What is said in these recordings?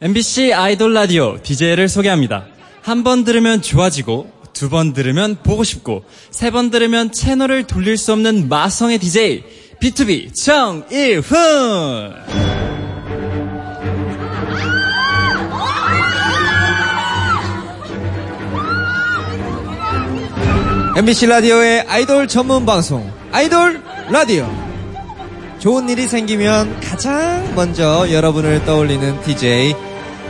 MBC 아이돌 라디오 DJ를 소개합니다. 한 번 들으면 좋아지고, 두 번 들으면 보고 싶고, 세 번 들으면 채널을 돌릴 수 없는 마성의 DJ, B2B 정일훈! MBC 라디오의 아이돌 전문 방송 아이돌 라디오 좋은 일이 생기면 가장 먼저 여러분을 떠올리는 DJ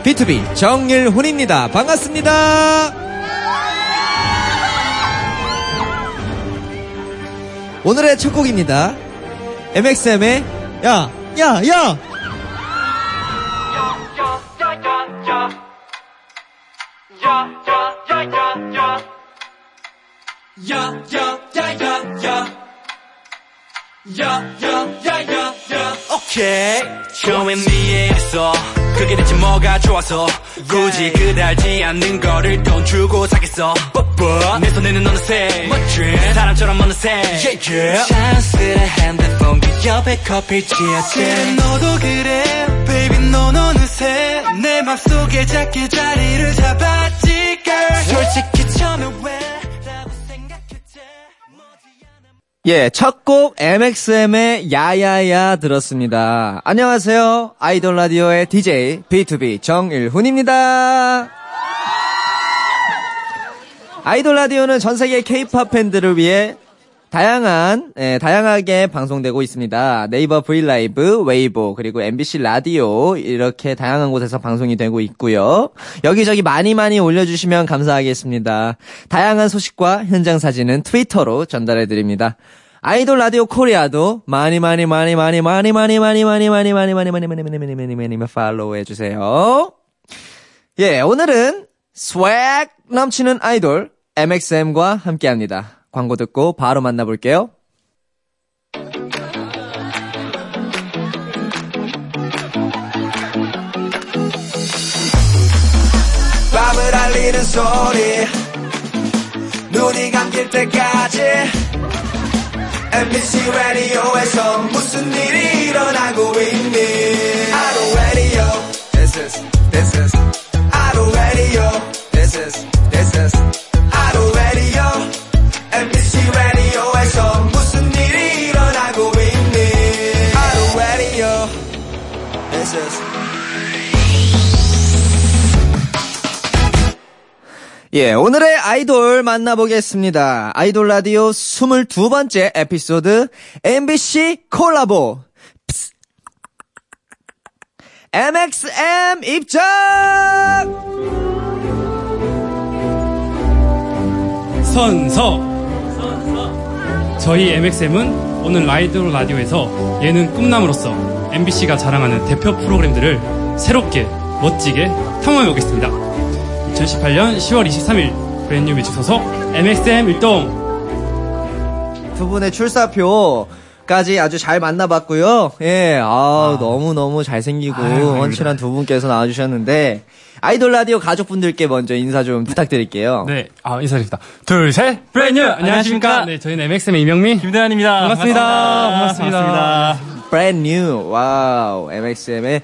B2B 정일훈입니다. 반갑습니다. 오늘의 첫 곡입니다. MXM의 야, 야, 야! 오케이 처음엔 이해했어 그게 대체 뭐가 좋아서 굳이 그달지 않는 거를 돈 주고 사겠어 뻣뻣 내 손에는 어느새 멋진 사람처럼 어느새 yeah, yeah. 찬스를 핸드폰 기업에 커피 지었지 그래 너도 그래 baby 넌 어느새 내 맘속에 작게 자리를 잡았지 girl 솔직히 처음에 왜 라고 생각했지 예, 첫 곡 MXM의 야야야 들었습니다. 안녕하세요. 아이돌 라디오의 DJ B2B 정일훈입니다. 아이돌 라디오는 전 세계 K-팝 팬들을 위해 다양한 예, 다양하게 방송되고 있습니다. 네이버 브이라이브, 웨이보 그리고 MBC 라디오 이렇게 다양한 곳에서 방송이 되고 있고요. 여기저기 많이 많이 올려주시면 감사하겠습니다. 다양한 소식과 현장 사진은 트위터로 전달해 드립니다. 아이돌 라디오 코리아도 많이 많이 많이 많이 많이 많이 많이 많이 많이 많이 많이 많이 많이 많이 많이 많이 많이 팔로우해 주세요. 예, 오늘은 스웩 넘치는 아이돌 MXM과 함께합니다. 광고 듣고 바로 만나볼게요. 밤을 알리는 소리 눈이 감길 때까지 MBC 라디오에서 무슨 일이 일어나고 있니 아로 라디오 This is this is 아로 라디오 This is this is 아로 라디오 MBC 라디오에서 무슨 일이 일어나고 있니 아로 라디오 This is 예, 오늘의 아이돌 만나보겠습니다. 아이돌 라디오 22번째 에피소드 MBC 콜라보 ps. MXM 입장! 선서 저희 MXM은 오늘 라이드로 라디오에서 예능 꿈남으로서 MBC가 자랑하는 대표 프로그램들을 새롭게 멋지게 탐험해 보겠습니다 2018년 10월 23일 브랜뉴 뮤직 소속 MXM 일동 두 분의 출사표. 까지 아주 잘 만나봤고요. 예, 아, 너무 너무 잘생기고 원칠한 두 분께서 나와주셨는데 아이돌 라디오 가족분들께 먼저 인사 좀 부탁드릴게요. 네, 아, 인사드립니다. 둘, 셋! 브랜뉴! 안녕하십니까? 네, 저희는 MXM의 이명민. 김대현입니다. 반갑습니다. 반갑습니다. brand new. 와우. MXM의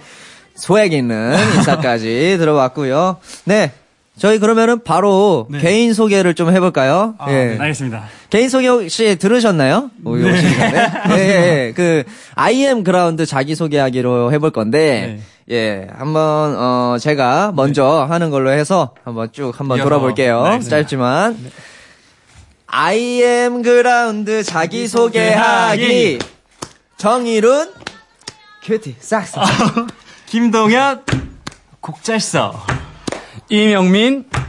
소액 있는 인사까지 들어봤고요. 네. 저희 그러면은 바로 개인 소개를 좀 해볼까요? 예. 네. 알겠습니다. 개인 소개 혹시 들으셨나요? 뭐 오늘 네. 오신 전에? 예, 예, 예. 그, IM 그라운드 자기소개하기로 해볼 건데, 네. 예, 한번, 어, 제가 먼저 하는 걸로 해서 한번 쭉 한번 이어서. 돌아볼게요. 네, 알겠습니다. 짧지만. IM 그라운드 자기소개하기. 정일훈, 큐티, 싹스. 김동현 곡잘서 이명민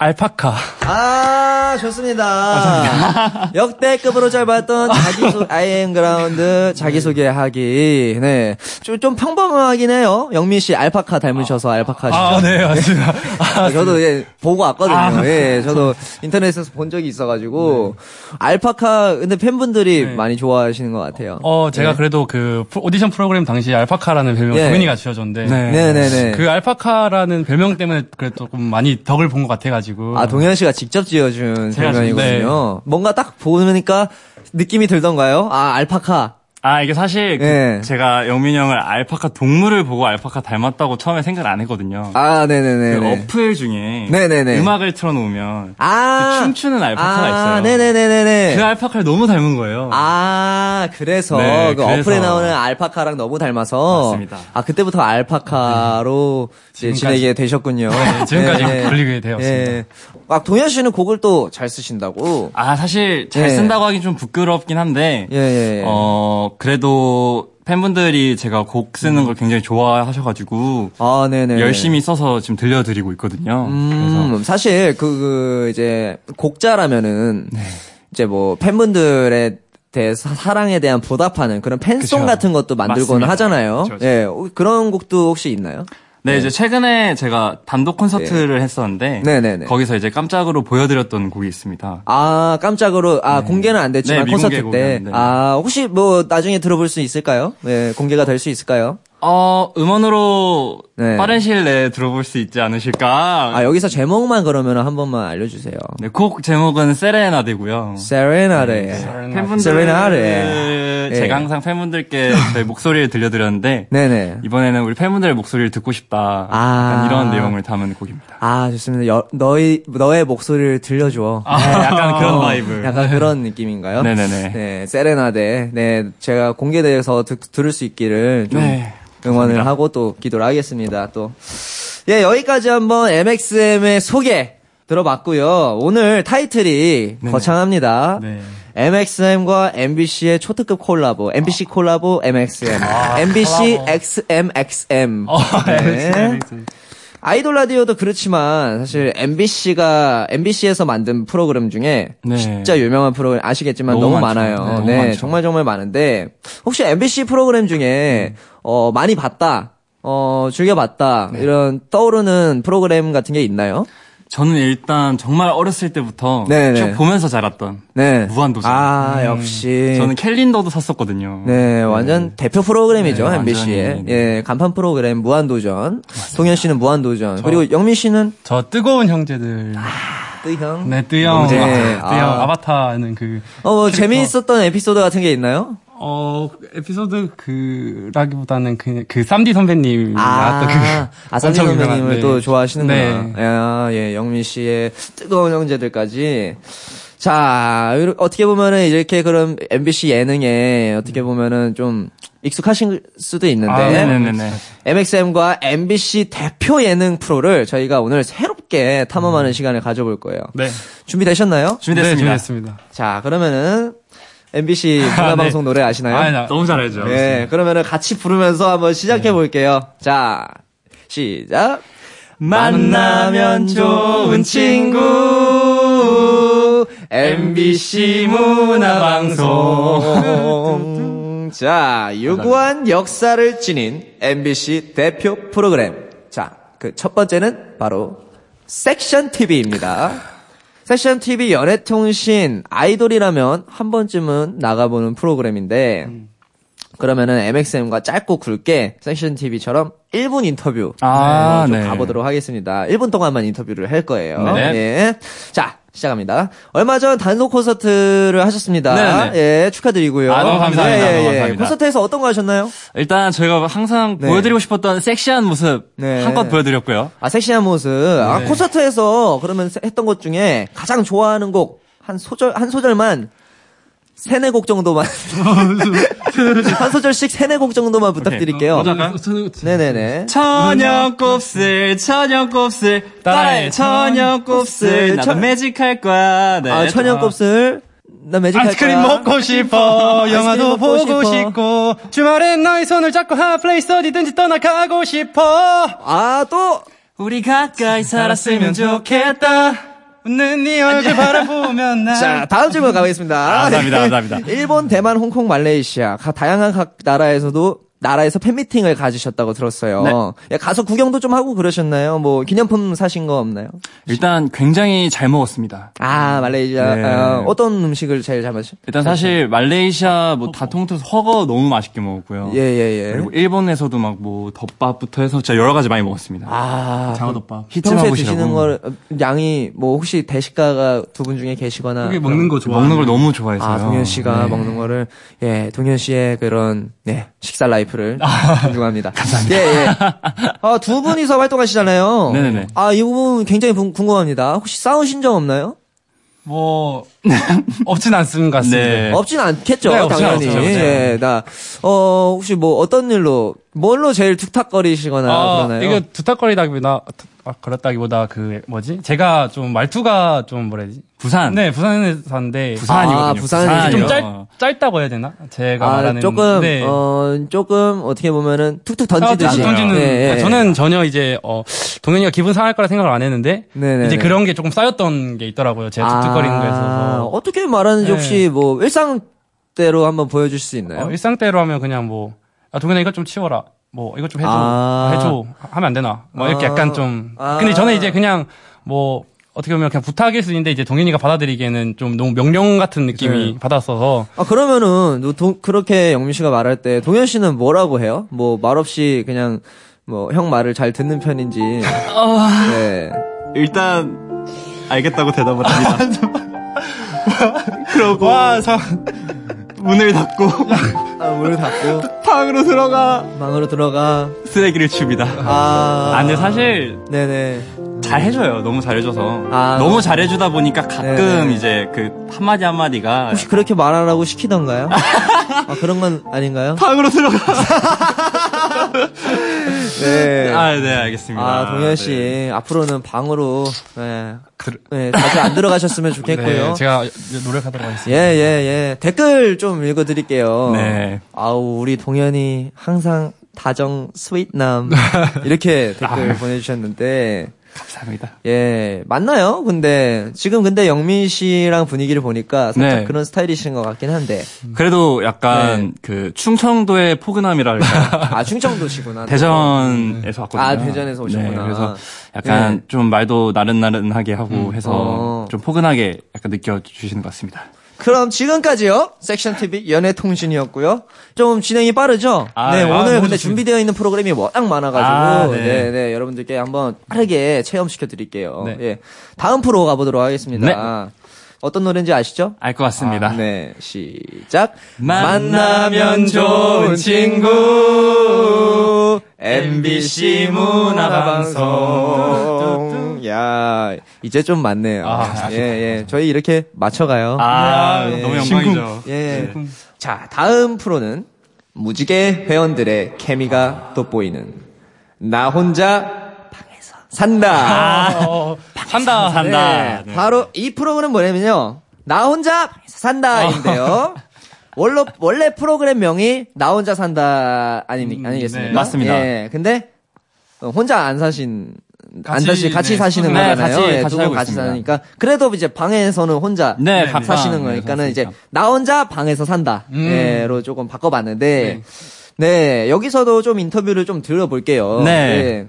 알파카 아, 좋습니다. 역대급으로 잘 봤던 자기소, IM 그라운드 자기소개하기. 네. 좀, 좀 평범하긴 해요. 영민 씨 알파카 닮으셔서 알파카시죠. 아네 맞습니다 아, 저도 예, 보고 왔거든요. 예, 저도 인터넷에서 본 적이 있어가지고. 알파카, 근데 팬분들이 많이 좋아하시는 것 같아요. 어, 제가 그래도 그 프로- 오디션 프로그램 당시 알파카라는 별명 예. 을 도민이가 지어줬는데 네네네. 그 알파카라는 별명 때문에 그래도 조금 많이 덕을 본 것 같아가지고 아, 동현 씨가 직접 지어준 제가 설명이거든요. 뭔가 딱 보니까 느낌이 들던가요? 아, 알파카. 아 이게 사실 그 예. 제가 영민 형을 알파카 동물을 보고 알파카 닮았다고 처음에 생각을 안 했거든요. 아, 그 네네네. 어플 중에 네네네. 음악을 틀어놓으면 아, 그 춤추는 알파카가 있어요. 네네네네네. 그 알파카를 너무 닮은 거예요. 아, 그래서 네, 그 그래서. 어플에 나오는 알파카랑 너무 닮아서 맞습니다. 아 그때부터 알파카로 이제 지금까지. 지내게 되셨군요. 네, 지금까지 불리게 되었습니다. 네. 아 동현 씨는 곡을 또 잘 쓰신다고. 아 사실 예. 잘 쓴다고 하긴 좀 부끄럽긴 한데 예, 예, 예. 어 그래도 팬분들이 제가 곡 쓰는 걸 굉장히 좋아하셔가지고 아, 네네. 열심히 써서 지금 들려드리고 있거든요. 그래서 음, 사실 그, 그 이제 곡자라면은 네. 이제 뭐 팬분들에 대해서 사랑에 대한 보답하는 그런 팬송 그쵸. 같은 것도 만들거나 맞습니다. 하잖아요. 그쵸, 그쵸. 예, 어, 그런 곡도 혹시 있나요? 네, 이제 최근에 제가 단독 콘서트를 했었는데 예. 네네네. 거기서 이제 깜짝으로 보여드렸던 곡이 있습니다. 아 깜짝으로 아 공개는 안 됐지만 네, 콘서트 미공개 때. 공개는, 네. 아 혹시 뭐 나중에 들어볼 수 있을까요? 네 공개가 될 수 있을까요? 어 음원으로 네. 빠른 시일 내에 들어볼 수 있지 않으실까. 아 여기서 제목만 그러면 한 번만 알려주세요. 네, 곡 제목은 세레나데고요. 네, 세레나레. 팬분들 네. 세레나데. 예. 제가 항상 팬분들께 저희 목소리를 들려드렸는데 네네. 이번에는 우리 팬분들의 목소리를 듣고 싶다. 아. 약간 이런 내용을 담은 곡입니다. 아 좋습니다. 여- 너의 너의 목소리를 들려줘. 네, 약간 어. 그런 바이브. 어, 약간 그런 느낌인가요? 네네네. 네, 세레나데. 네, 제가 공개돼서 듣- 들을 수 있기를 좀 네, 응원을 감사합니다. 하고 또 기도를 하겠습니다. 또. 예, 여기까지 한번 MXM의 소개 들어봤고요. 오늘 타이틀이 거창합니다. 네. MXM과 MBC의 초특급 콜라보, MBC 콜라보 MXM, 아, MBC XMXM. 어, 네. 아이돌 라디오도 그렇지만 사실 MBC가 MBC에서 만든 프로그램 중에 네. 진짜 유명한 프로그램 아시겠지만 너무, 너무 많죠. 많아요. 네, 너무 네, 많죠. 정말 정말 많은데 혹시 MBC 프로그램 중에 어, 많이 봤다. 어, 즐겨 봤다. 네. 이런 떠오르는 프로그램 같은 게 있나요? 저는 일단 정말 어렸을 때부터 네네. 쭉 보면서 자랐던 네. 무한도전. 음, 아, 역시 저는 캘린더도 샀었거든요. 네, 완전 대표 프로그램이죠, 네, MBC의. 완전히, 네. 예, 간판 프로그램 무한도전. 동현 씨는 무한도전. 그리고 영민 씨는 저 뜨거운 형제들. 뜨형. 네, 뜨형. 네, 아바타, 뜨형. 아. 아. 바타는 그, 어, 뭐 재미있었던 에피소드 같은 게 있나요? 어, 에피소드 그, 라기보다는 그, 그, 쌈디 선배님 나왔던 아, 그. 아, 삼진 엄청 유명한, 선배님을 네. 또 좋아하시는구나. 네. 야, 예, 영민 씨의 뜨거운 형제들까지. 자, 이렇- 어떻게 보면은 이렇게 그럼 MBC 예능에 어떻게 보면은 좀 익숙하신 수도 있는데. 아, 네네네. MXM과 MBC 대표 예능 프로를 저희가 오늘 새롭게 탐험하는 시간을 가져볼 거예요. 음. 네. 준비되셨나요? 네, 준비됐습니다. 준비됐습니다. 자, 그러면은 MBC 문화방송 노래 아시나요? 네. 아, 나- 너무 잘 알죠. 네, 그러면은 같이 부르면서 한번 시작해 볼게요. 자, 시작. 만나면 좋은 친구 MBC 문화방송 자 유구한 역사를 지닌 MBC 대표 프로그램 자 그 첫 번째는 바로 섹션 TV입니다 섹션 TV 연애통신 아이돌이라면 한 번쯤은 나가보는 프로그램인데 그러면은 MXM과 짧고 굵게 섹션 TV처럼 1분 인터뷰 아, 어, 좀 네. 가보도록 하겠습니다. 1분 동안만 인터뷰를 할 거예요. 네. 예. 자, 시작합니다. 얼마 전 단독 콘서트를 네, 하셨습니다. 예, 축하드리고요. 아, 너무 감사합니다. 예, 예, 너무 예. 감사합니다. 콘서트에서 어떤 거 하셨나요? 일단 저희가 항상 네. 보여드리고 싶었던 섹시한 모습 네. 한껏 보여드렸고요. 아, 섹시한 모습. 네. 아, 콘서트에서 그러면 세- 했던 것 중에 가장 좋아하는 곡 한 소절 한 소절만 세네 곡 정도만 한 소절씩 세네 곡 정도만 어, 어, 부탁드릴게요. 네네네. 천연곱슬, 천연곱슬, 딸, 천연곱슬, 나도 천- 매직할 거야. 네. 아, 천연곱슬. 나 매직 아이스크림 먹고 싶어, 영화도 아이스크림 먹고 보고 싶어. 싶고, 주말엔 너의 손을 잡고 핫플레이스 어디든지 떠나가고 싶어. 아, 또 우리 가까이 살았으면 살았으면 좋겠다. 웃는 네 얼굴 바라보면 나. 자, 다음 질문 가보겠습니다. 네. 감사합니다, 감사합니다. 일본, 대만, 홍콩, 말레이시아 각 다양한 각 나라에서도 나라에서 팬미팅을 가지셨다고 들었어요. 예, 가서 구경도 좀 하고 그러셨나요? 뭐 기념품 사신 거 없나요? 일단 굉장히 잘 먹었습니다. 아 말레이시아 네. 어, 어떤 음식을 제일 잘 마셨? 일단 사실 말레이시아 뭐 다 통틀어서 허거 너무 맛있게 먹었고요. 예예예. 그리고 일본에서도 막 뭐 덮밥부터 해서 진짜 여러 가지 많이 먹었습니다. 아 장어덮밥. 평소에 히츠마부시라고. 드시는 걸 어, 양이 뭐 혹시 대식가가 두 분 중에 계시거나 그게 먹는 거 좋아. 먹는 걸 너무 좋아해서요. 아 동현 씨가 네. 먹는 거를 예 동현 씨의 그런 네 식사 라이프를 아, 존중합니다. 감사합니다. 예 예. 아두 분이서 활동하시잖아요. 네네네. 아이 부분 굉장히 궁- 궁금합니다. 혹시 싸우신 적 없나요? 뭐 없진 않습니다. 네. 없진 않겠죠. 네, 없진 당연히. 않죠. 예, 나어 혹시 뭐 어떤 일로 뭘로 제일 툭탁거리시거나 아, 그러나요? 아, 이거 두탁거리다기보다 아, 걸었다기보다 그 뭐지? 제가 좀 말투가 좀 뭐라 해야 되지? 부산. 네, 부산에 사는데 부산이거든요. 아, 부산이죠. 부산이요. 좀 짧, 어. 짧다고 해야 되나? 제가 아, 말하는 조금 네. 어 조금 어떻게 보면은 툭툭 아, 던지듯이. 던지- 던지는 예, 예. 저는 전혀 이제 어 동현이가 기분 상할 거라 생각을 안 했는데 네네네. 이제 그런 게 조금 쌓였던 게 있더라고요. 제가 아, 툭툭거리는 거에 있어서 어떻게 말하는지 네. 혹시 뭐 일상대로 한번 보여줄 수 있나요? 어, 일상대로 하면 그냥 뭐 아, 동현아 이것 좀 치워라. 뭐 이것 좀 해줘. 아. 해줘. 하면 안 되나? 뭐 이렇게 아. 약간 좀 아. 근데 저는 이제 그냥 뭐 어떻게 보면 그냥 부탁일 수 있는데 이제 동현이가 받아들이기에는 좀 너무 명령 같은 느낌이 받았어서 아 그러면은 너 동- 그렇게 영민 씨가 말할 때 동현 씨는 뭐라고 해요? 뭐 말 없이 그냥 뭐 형 말을 잘 듣는 편인지. 아. 네. 일단 알겠다고 대답을 아, 합니다. 그러고 와서 문을 닫고 아, 문을 닫고 방으로 들어가 방으로 들어가. 쓰레기를 칩니다. 아. 아, 근데 사실 네네. 잘 해줘요. 너무 잘해줘서 아. 너무 잘해주다 보니까 가끔 네네. 이제 그 한마디 한마디가 혹시 그렇게 말하라고 시키던가요? 아 그런 건 아닌가요? 방으로 들어가. 네. 아, 네, 알겠습니다. 아, 동현 씨 네. 앞으로는 방으로 네. 네, 자주 안 들어가셨으면 좋겠고요. 네, 제가 노력하도록 하겠습니다. 예, 예, 예. 댓글 좀 읽어드릴게요. 네. 아우, 우리 동현이 항상 다정 스윗남. 이렇게 댓글 아. 보내주셨는데. 감사합니다. 예, 맞나요? 근데, 지금 근데 영민 씨랑 분위기를 보니까 살짝 네. 그런 스타일이신 것 같긴 한데. 그래도 네. 약간 그 충청도의 포근함이랄까. 아, 충청도시구나. 대전에서 왔거든요. 아, 대전에서 오셨구나. 네, 그래서 약간 네. 좀 말도 나른나른하게 하고 해서 어. 좀 포근하게 약간 느껴주시는 것 같습니다. 그럼 지금까지요. 섹션 TV 연애 통신이었고요. 좀 진행이 빠르죠? 아, 네, 네. 오늘 아, 근데 준비되어 있는 프로그램이 워낙 많아 가지고 아, 네. 네. 네, 여러분들께 한번 빠르게 체험시켜 드릴게요. 네. 예. 다음 프로 가 보도록 하겠습니다. 네. 어떤 노래인지 아시죠? 알 것 같습니다. 네, 시작. 만나면 좋은 친구, MBC 문화방송. 야, 이제 좀 맞네요. 예, 예. 저희 이렇게 맞춰가요. 아, 네. 너무 영광이죠. 예. 자, 다음 프로는 무지개 회원들의 케미가 돋보이는 나 혼자 방에서 아, 아, 산다. 아, 어, 어, 산다. 네, 바로 이 프로그램 뭐냐면요. 나 혼자 방에서 어. 산다인데요. 원래, 원래 프로그램 명이 나 혼자 산다 아니, 아니겠습니까? 네. 음, 맞습니다. 예, 근데 어, 혼자 안 사신 안 같이, 사시 같이 네, 사시는 네, 거잖아요. 같이- 예, 같이 두 분 살고 같이 있습니다. 사니까 그래도 이제 방에서는 혼자 네, 네, 각방. 사시는 네, 거니까는 이제 그렇습니다. 나 혼자 방에서 산다. 음. 예로 조금 바꿔봤는데 네. 여기서도 좀 인터뷰를 좀 들어볼게요. 네. 예.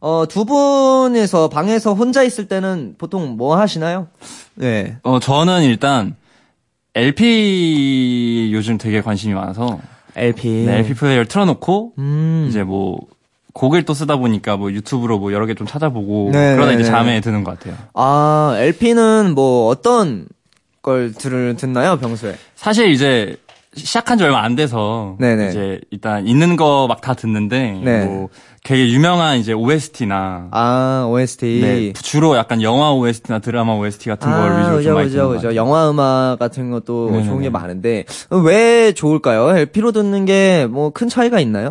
어, 두 분에서 방에서 혼자 있을 때는 보통 뭐 하시나요? 네. 어, 저는 일단 LP 요즘 되게 관심이 많아서 LP. 네, LP 플레이어를 틀어놓고 음. 이제 뭐 곡을 또 쓰다 보니까 뭐 유튜브로 뭐 여러 개 좀 찾아보고 네, 그러다 이제 네, 네. 잠에 드는 것 같아요. 아, LP는 뭐 어떤 걸 들, 듣나요, 평소에? 사실 이제 시작한 지 얼마 안 돼서 네네. 이제 일단 있는 거 막 다 듣는데 네. 뭐 되게 유명한 이제 OST나 네, 아, OST. 주로 약간 영화 OST나 드라마 OST 같은 아, 걸 위주로 좀 많이 듣는 것 같아요. 영화 음악 같은 것도 네네네. 좋은 게 많은데 왜 좋을까요? LP로 듣는 게 뭐 큰 차이가 있나요?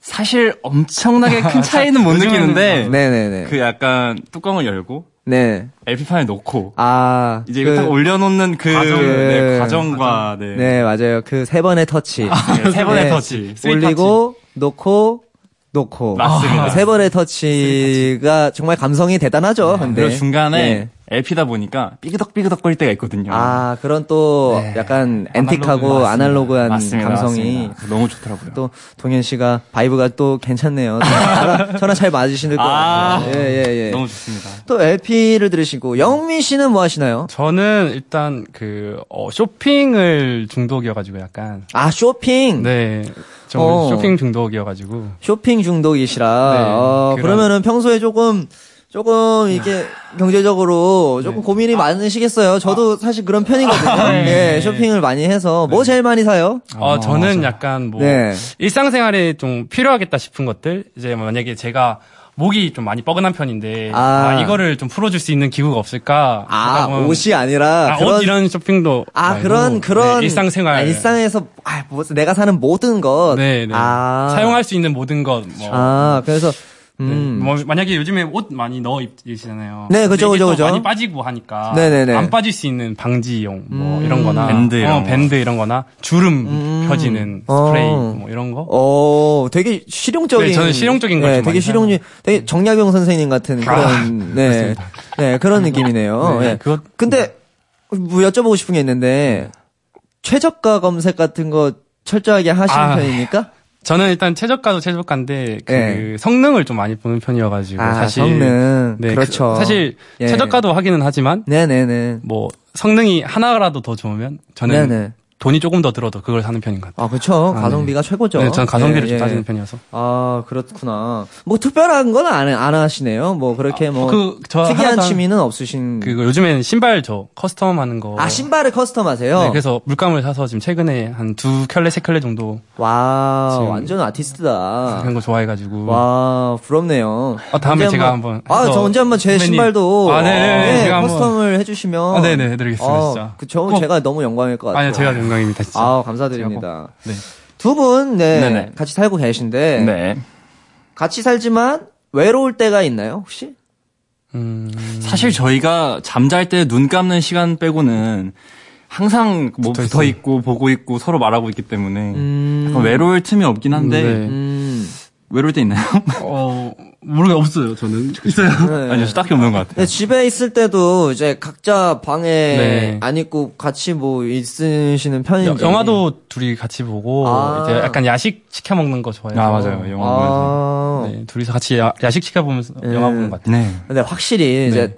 사실 엄청나게 큰 차이는 못 느끼는데 뭐, 네네네. 그 약간 뚜껑을 열고 네. LP판에 넣고 아 이제 그- 이거 딱 올려놓는 그 과정. 과정, 그- 네, 과정과 네. 네 맞아요. 그 세 번의 터치. 네, 세 번의 네. 터치, 스윗 올리고 놓고 놓고 맞습니다. 세 번의 터치가 정말 감성이 대단하죠. 근데 그리고 중간에 네. LP다 보니까 삐그덕삐그덕 거릴 때가 있거든요. 아, 그런 또 네. 약간 아날로그, 앤틱하고 맞습니다. 아날로그한 맞습니다, 감성이 네. 맞습니다. 너무 좋더라고요. 또 동현 씨가 바이브가 또 괜찮네요. 전화, 전화 잘 맞으신 듯. 아. 같아요. 예, 예, 예. 너무 좋습니다. 또 LP를 들으시고 영민 씨는 뭐 하시나요? 저는 일단 그 어, 쇼핑을 중독이어가지고 약간 아, 쇼핑. 네. 저 어. 쇼핑 중독이어가지고 쇼핑 중독이시라. 네, 어, 그런- 아. 그러면은 평소에 조금 조금 이게 네. 경제적으로 조금 고민이 많으시겠어요. 저도 사실 그런 편이거든요. 아. 네, 쇼핑을 많이 해서 뭐 제일 많이 사요? 어, 네. 저는 약간 뭐 아, 네. 일상생활에 좀 필요하겠다 싶은 것들 이제 뭐 만약에 제가 목이 좀 많이 뻐근한 편인데 아. 아, 이거를 좀 풀어줄 수 있는 기구가 없을까? 아, 하다 보면- 옷이 아니라 뭐 아, 그런 옷 이런 쇼핑도 아, 말고, 그런, 그런. 네, 일상생활 아, 일상에서, 아, 뭐, 내가 사는 모든 것. 네, 네. 아. 사용할 수 있는 모든 것 뭐. 아, 그래서, 음. 네, 뭐 만약에 요즘에 옷 많이 넣어 입으시잖아요. 네, 그죠, 근데 그죠, 이게 또 그죠. 많이 빠지고 하니까 네네네. 음. 안 빠질 수 있는 방지용 뭐 이런거나 밴드 이런 어, 거. 밴드 이런거나 주름 펴지는 어. 스프레이 뭐 이런 거. 어, 되게 실용적인. 네, 저는 실용적인 걸 네, 좀 되게 많이 아, 실용, 적 되게 정약용 선생님 같은 그런, 네. 네, 그런 느낌이네요. 네, 예. 그것- 네. 근데, 뭐 여쭤보고 싶은 게 있는데, 최저가 검색 같은 거 철저하게 하시는 아. 편입니까? 저는 일단 최저가도 최저가인데 그 네. 성능을 좀 많이 보는 편이어가지고 아, 사실 성능. 그렇죠. 그- 사실 예. 최저가도 하기는 하지만 네네네. 뭐 성능이 하나라도 더 좋으면 저는 네네. 돈이 조금 더 들어도 그걸 사는 편인 것 같아요. 아, 그쵸. 아, 가성비가 최고죠. 네, 저는 가성비를 예, 좀 예. 따지는 편이어서. 아 그렇구나. 뭐 특별한 건 안 안 하시네요. 뭐 그렇게 뭐 그, 저 특이한 하나 더- 취미는 없으신. 그리고 요즘에는 신발 저 커스텀 하는 거. 아 신발을 커스텀하세요. 네, 그래서 물감을 사서 지금 최근에 한 두 켤레, 세 켤레 정도 와 지금- 완전 아티스트다. 그런 거 좋아해가지고. 와 부럽네요. 음. 아, 다음에 언제 제가 한번 아저 해서 언제 한번 제 선배님- 신발도 아, 네네네. 네, 제가 커스텀을 한번- 해주시면 아, 네네, 해드리겠습니다, 어, 진짜. 그 저는 꼭- 제가 너무 영광일 것 같아요. 아니요, 제가 영광입니다, 진짜. 아우, 감사드립니다. 네. 두 분 네, 네네. 같이 살고 계신데 네. 같이 살지만 외로울 때가 있나요 혹시? 음, 사실 저희가 잠잘 때 눈 감는 시간 빼고는 항상 뭐 붙어 있고 보고 있고 서로 말하고 있기 때문에 약간 외로울 틈이 없긴 한데 네. 음. 외로울 때 있나요? 어, 모르겠, 없어요, 저는. 있어요. 네. 아니요, 딱히 없는 것 같아요. 근데 집에 있을 때도 이제 각자 방에 네. 안 있고 같이 뭐 있으시는 편인지 영화도 둘이 같이 보고, 음. 아. 이제 약간 야식 시켜 먹는 거 네. 좋아해요. 아 맞아요, 영화 보면서. 아. 네, 둘이서 같이 야, 야식 시켜 보면서 영화 보는 것 같아요. 네. 근데 확실히 이제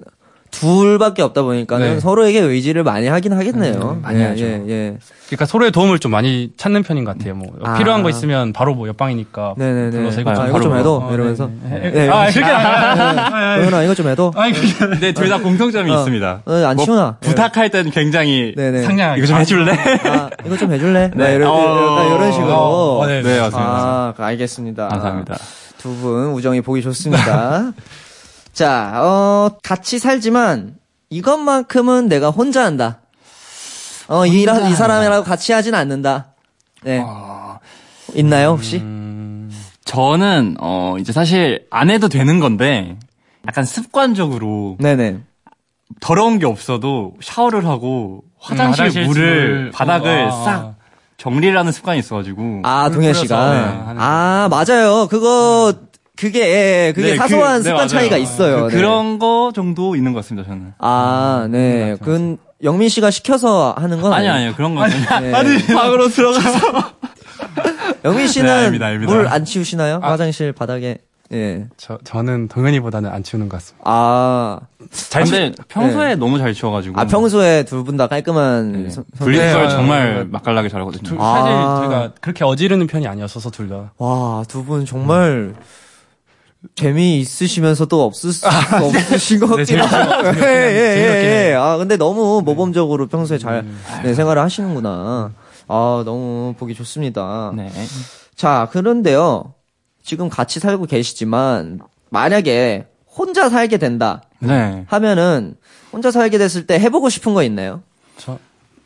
둘밖에 없다 보니까는 네. 음, 서로에게 의지를 많이 하긴 하겠네요. 많이 예, 하죠. 예, 예. 그러니까 서로의 도움을 좀 많이 찾는 편인 것 같아요. 뭐 아. 필요한 거 있으면 바로 뭐 옆방이니까 네네네. 불러서 이거 아, 좀 이거 좀 바로 해도 뭐. 이러면서. 네, 네. 네, 아, 그렇게 도현아 이거 좀 해도. 아니 그게 근데 네, 둘 다 공통점이 어. 있습니다. 뭐 어, 안 시원하. 예. 부탁할 때는 굉장히 네네. 뭐? 상냥 이거 좀 해줄래? 아, 이거 좀 해줄래? 네, 이런, 어. 약간 이런 식으로. 어, 네. 네, 맞습니다. 아, 알겠습니다. 감사합니다. 두 분 우정이 보기 좋습니다. 자, 어, 같이 살지만 이것만큼은 내가 혼자 한다. 어, 이, 라- 이 사람이랑 같이 하진 않는다. 네. 아. 있나요, 혹시? 음. 저는 어 이제 사실 안 해도 되는 건데 약간 습관적으로 네네. 더러운 게 없어도 샤워를 하고 음, 화장실, 화장실 물을 물을 바닥을 아. 싹 정리를 하는 습관이 있어가지고 아, 동현 씨가. 뿌려서, 네, 하는 아, 맞아요. 그거, 그게, 예, 그게 네, 사소한 그- 네, 습관 맞아요. 차이가 있어요. 그, 네. 런거 정도 있는 것 같습니다 저는 아, 네. 그, 영민 씨가 시켜서 하는 건 아니 아니에요. 아니요 그런 건 아, 아니에요 네. 방으로 들어가서 영민 네, 씨는 알겠습니다, 아. 알겠습니다. 물 안 치우시나요? 화장실 바닥에. 예. 저 저는 동현이보다는 안 치우는 것 같습니다. 아, 잘 근데 평소에 너무 잘 치워가지고 아 평소에 둘 분 다 깔끔한 네. 선- 선- 분리수거를 네. 정말 맛깔나게 잘하거든요 둘, 아. 사실 제가 그렇게 어지르는 편이 아니었어서 둘 다. 와, 두 분 정말 재미 있으시면서 또 없을 수 없으신 것 같긴 하고. 예, 예, 예, 예. 아, 근데 너무 모범적으로 평소에 잘 네, 생활을 하시는구나. 아, 너무 보기 좋습니다. 네. 자, 그런데요. 지금 같이 살고 계시지만 만약에 혼자 살게 된다 네. 하면은 혼자 살게 됐을 때 해보고 싶은 거 있나요?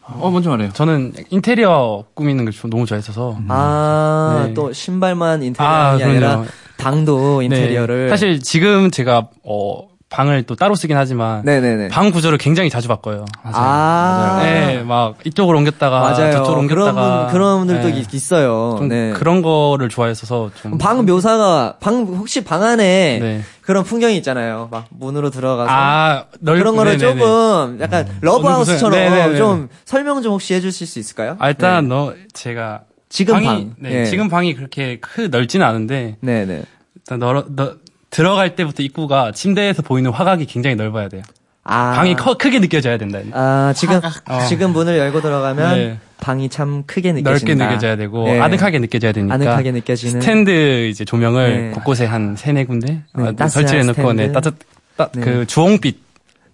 어 먼저 말해요 저는 인테리어 꾸미는 걸 좀 너무 좋아했어서. 음. 아, 음. 네. 또 신발만 인테리어가 아, 아, 니라 그럼요. 방도 네, 인테리어를 사실 지금 제가 어 방을 또 따로 쓰긴 하지만 네네네. 방 구조를 굉장히 자주 바꿔요. 아, 네, 막 이쪽으로 옮겼다가 맞아요. 저쪽으로 그런 옮겼다가 분, 그런 분들도 네, 있- 있어요. 좀 네. 그런 거를 좋아했어서 좀 방 묘사가 방 혹시 방 안에 네. 그런 풍경이 있잖아요. 막 문으로 들어가서 아, 넓- 그런 거를 네네네. 음. 조금 약간 어느 곳에- 러브하우스처럼 네네네. 좀 설명 좀 혹시 해주실 수 있을까요? 아, 일단 네. 너 제가 지금 방이- 방. 네, 예. 지금 방이 그렇게 크 넓지는 않은데 네네. 일단 널어- 너- 들어갈 때부터 입구가 침대에서 보이는 화각이 굉장히 넓어야 돼요. 아, 방이 커, 크게 느껴져야 된다. 아 지금 어. 지금 문을 열고 들어가면 네. 방이 참 크게 넓게 느껴진다. 느껴져야 되고 네. 아늑하게 느껴져야 되니까 아늑하게 느껴지는. 스탠드 이제 조명을 네. 곳곳에 한 세네 군데 네, 아, 따스한 설치해 놓고 스탠드. 네, 따뜻 따, 네. 그 주홍빛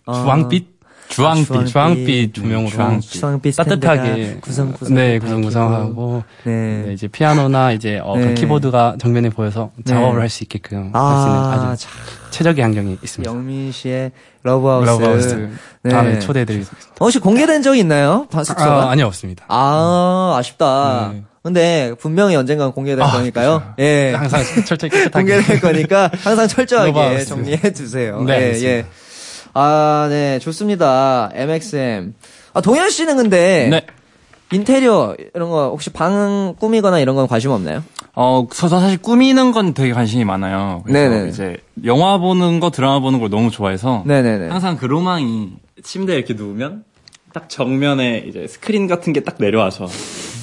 어. 주황빛 아, 주황빛. 음, 주황빛 음, 주황빛 조명으로 주황빛 따뜻하게 스탠드가 구성구성 네 밝히고. 구성구성하고 네. 네, 이제 피아노나 이제 어, 네. 키보드가 정면에 보여서 네. 작업을 할 수 있게끔 할 수 있는 아, 아주 참, 최적의 환경이 있습니다. 영민 씨의 러브하우스. 러브하우스 네. 다음에 초대해드리겠습니다. 혹시 공개된 적이 있나요? 바- 숙소가? 아, 아니요 없습니다. 아, 아쉽다. 네. 근데 분명히 언젠간 공개될 아, 거니까요. 예. 항상 철저히 깨끗하게 공개될 거니까 항상 철저하게 로바우스. 정리해 주세요. 네, 예, 예. 아, 네, 좋습니다. MXM. 아, 동현 씨는 근데 네. 인테리어 이런 거 혹시 방 꾸미거나 이런 건 관심 없나요? 어, 저도 사실 꾸미는 건 되게 관심이 많아요. 그래서 네네. 이제 영화 보는 거, 드라마 보는 걸 너무 좋아해서 네, 네, 네. 항상 그 로망이 침대에 이렇게 누우면 딱 정면에 이제 스크린 같은 게 딱 내려와서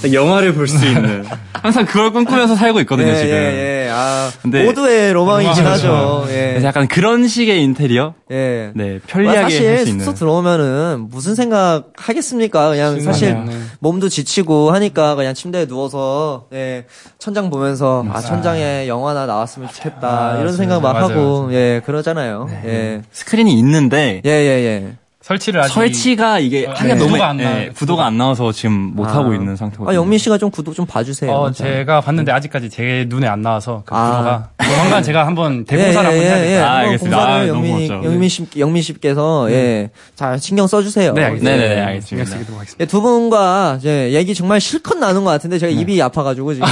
딱 영화를 볼 수 있는 항상 그걸 꿈꾸면서 살고 있거든요, 예, 지금. 예, 예. 아, 근데- 모두의 로망이긴 하죠. 예. 그래서 약간 그런 식의 인테리어? 예. 네, 아, 편리하게 할 사실 수 있는. 숙소 들어오면은 무슨 생각 하겠습니까? 그냥 사실 네. 몸도 지치고 하니까 그냥 침대에 누워서 예, 천장 보면서 아 천장에 영화나 나왔으면 좋겠다 이런 생각 막 맞아요, 하고 예 그러잖아요. 예. 스크린이 있는데 예, 예, 예. 설치를 아직 설치가 이게 하기가 네. 너무 구도가 안 예, 나와요. 구도가 안 나와서 지금 못 하고 있는 상태거든요. 아, 영민 씨가 좀 구독 좀 봐주세요. 예. 어, 제가 봤는데 아직까지 제 눈에 안 나와서 그 아. 프로가 조만간 제가 한번 대공사를 한번 해야 예. 되겠다. 아, 한번 알겠습니다. 공사를 아, 너무 영민이- 멋져. 영민 씨, 영민 씨께서 예, 잘 신경 써주세요. 네, 알겠습니다. 네네네, 신경 알겠습니다. 쓰도록 하겠습니다. 예, 두 분과 이제 얘기 정말 실컷 나눈 것 같은데 네. 제가 입이 아파가지고 지금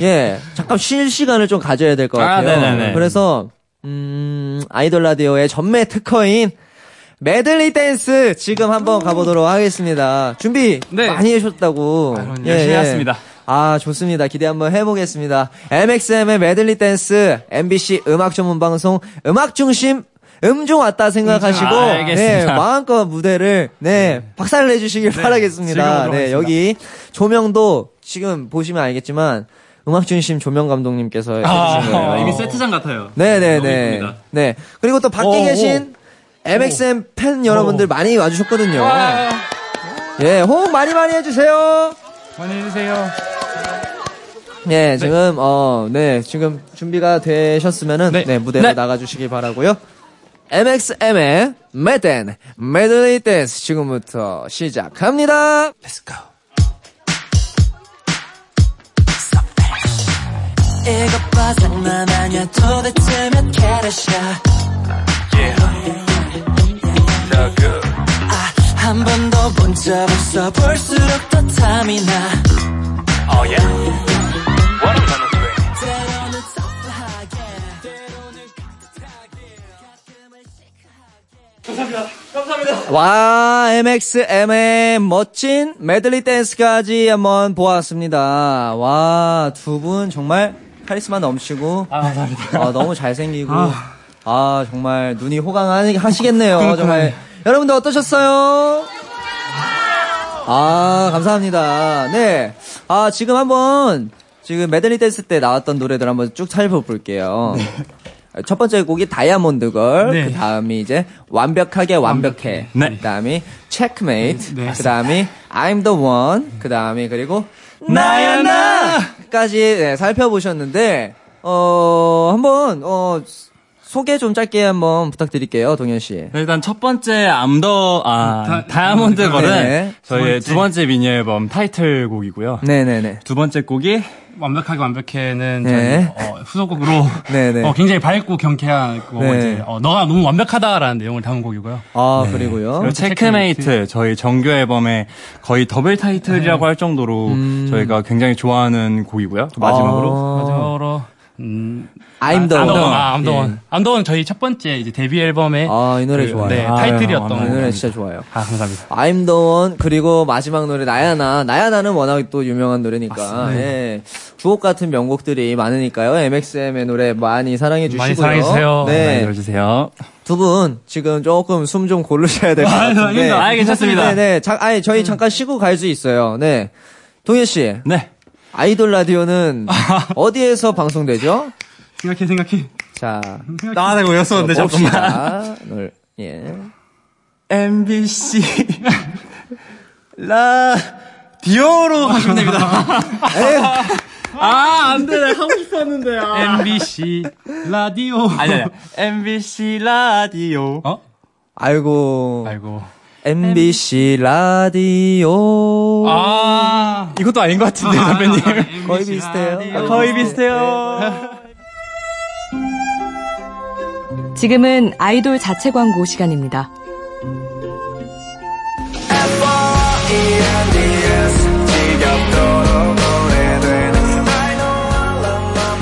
예 잠깐 쉴 시간을 좀 가져야 될 것 아, 같아요. 네네네. 그래서 음 아이돌 라디오의 전매 특허인 메들리 댄스 지금 한번 가보도록 하겠습니다. 준비 네. 많이 해주셨다고 예, 그럼요. 아, 열심히 해왔습니다. 아 좋습니다. 기대 한번 해보겠습니다. MXM의 메들리 댄스 MBC 음악 전문 방송 음악 중심 음중 왔다 생각하시고 아, 알겠습니다. 네, 마음껏 무대를 네, 박살 내주시길 바라겠습니다. 즐거우도록 네 하겠습니다. 여기 조명도 지금 보시면 알겠지만 음악 중심 조명 감독님께서 해주신 거예요. 아, 네, 이미 세트장 같아요. 네네네. 너무 이쁩니다. 네 그리고 또 밖에 오, 계신 MXM 팬 여러분들 많이 와주셨거든요. 아. 예 호응 많이 많이 해주세요. 많이 해주세요. 네, 지금 어, 네, 지금 준비가 되셨으면은 네, 네. 무대로 네. 나가 주시길 바라고요. MXM의 메덴 메들리 댄스 지금부터 시작합니다. 이것 봐 장난 아니야 도대체 몇 캐럿이야 아, 한 번도 본 적 없어 볼수록 더 탐이 나 때로는 터프하게 때로는 따뜻하게 가끔은 시크하게 와, MXM의 멋진 메들리 댄스까지 한번 보았습니다. 와, 두 분 정말 카리스마 넘치고. 아, 너무 잘생기고. 아, 정말 눈이 호강하시겠네요. 정말. 여러분들 어떠셨어요? 아, 감사합니다. 네. 아, 지금 한번 지금 메들리 댄스 때 나왔던 노래들 한번 쭉 살펴볼게요. 첫 번째 곡이 다이아몬드 걸, 네. 그 다음이 이제 완벽하게 완벽해, 네. 그 다음이 체크메이트, 네. 그 다음이 I'm the one, 그 다음이 그리고 나야 나까지 네, 살펴보셨는데 어 한번 어 소개 좀 짧게 한번 부탁드릴게요, 동현 씨. 네, 일단 첫 번째 암더 아 다- 다이아몬드 거는 네. 저희의 두 번째 미니 앨범 타이틀곡이고요. 네네네. 두 번째 곡이 완벽하게 완벽해는 네. 저희 어, 후속곡으로 네네. 어, 굉장히 밝고 경쾌하고 네. 이제 어, 너가 너무 완벽하다라는 내용을 담은 곡이고요. 아 그리고요. 그리고 어? 체크메이트, 네. 저희 정규 앨범의 거의 더블 음. 어. 타이틀이라고 할 정도로 저희가 굉장히 좋아하는 곡이고요. 또 마지막으로 마지막으로 I'm the one. 아, 암더원. 암더원 저희 첫 번째 이제 데뷔 앨범의 예. 아, 이 노래 그, 좋아요. 네, 아, 타이틀이었던 이 노래 곡입니다. 진짜 좋아요. 아, 감사합니다. I'm the one 그리고 마지막 노래 나야나 나야나는 워낙 또 유명한 노래니까 예. 주옥 같은 명곡들이 많으니까요 MXM의 노래 많이 사랑해 주시고요 많이 아. 사랑해주세요. 많이 네. 들어주세요. 두 분 지금 조금 숨 좀 고르셔야 될 것 같은데 아닙니다. 아예 괜찮습니다. 네네 자, 아예 저희 잠깐 쉬고 갈 수 있어요 네 동현씨 네. 아이돌 라디오는 어디에서 방송되죠? 생각해, 생각해. 자 나한테 외웠었는데 봅시다 놀- 예. MBC 라 디오로 가시면 됩니다. 아, 안 되네. 하고 싶었는데. 아. MBC 라디오. 아니, 아니. MBC 라디오. 어? 아이고 아이고. MBC 라디오 아. 이것도 아닌 것 같은데, 선배님. 거의 비슷해요. 거의 비슷해요. 지금은 아이돌 자체 광고 시간입니다.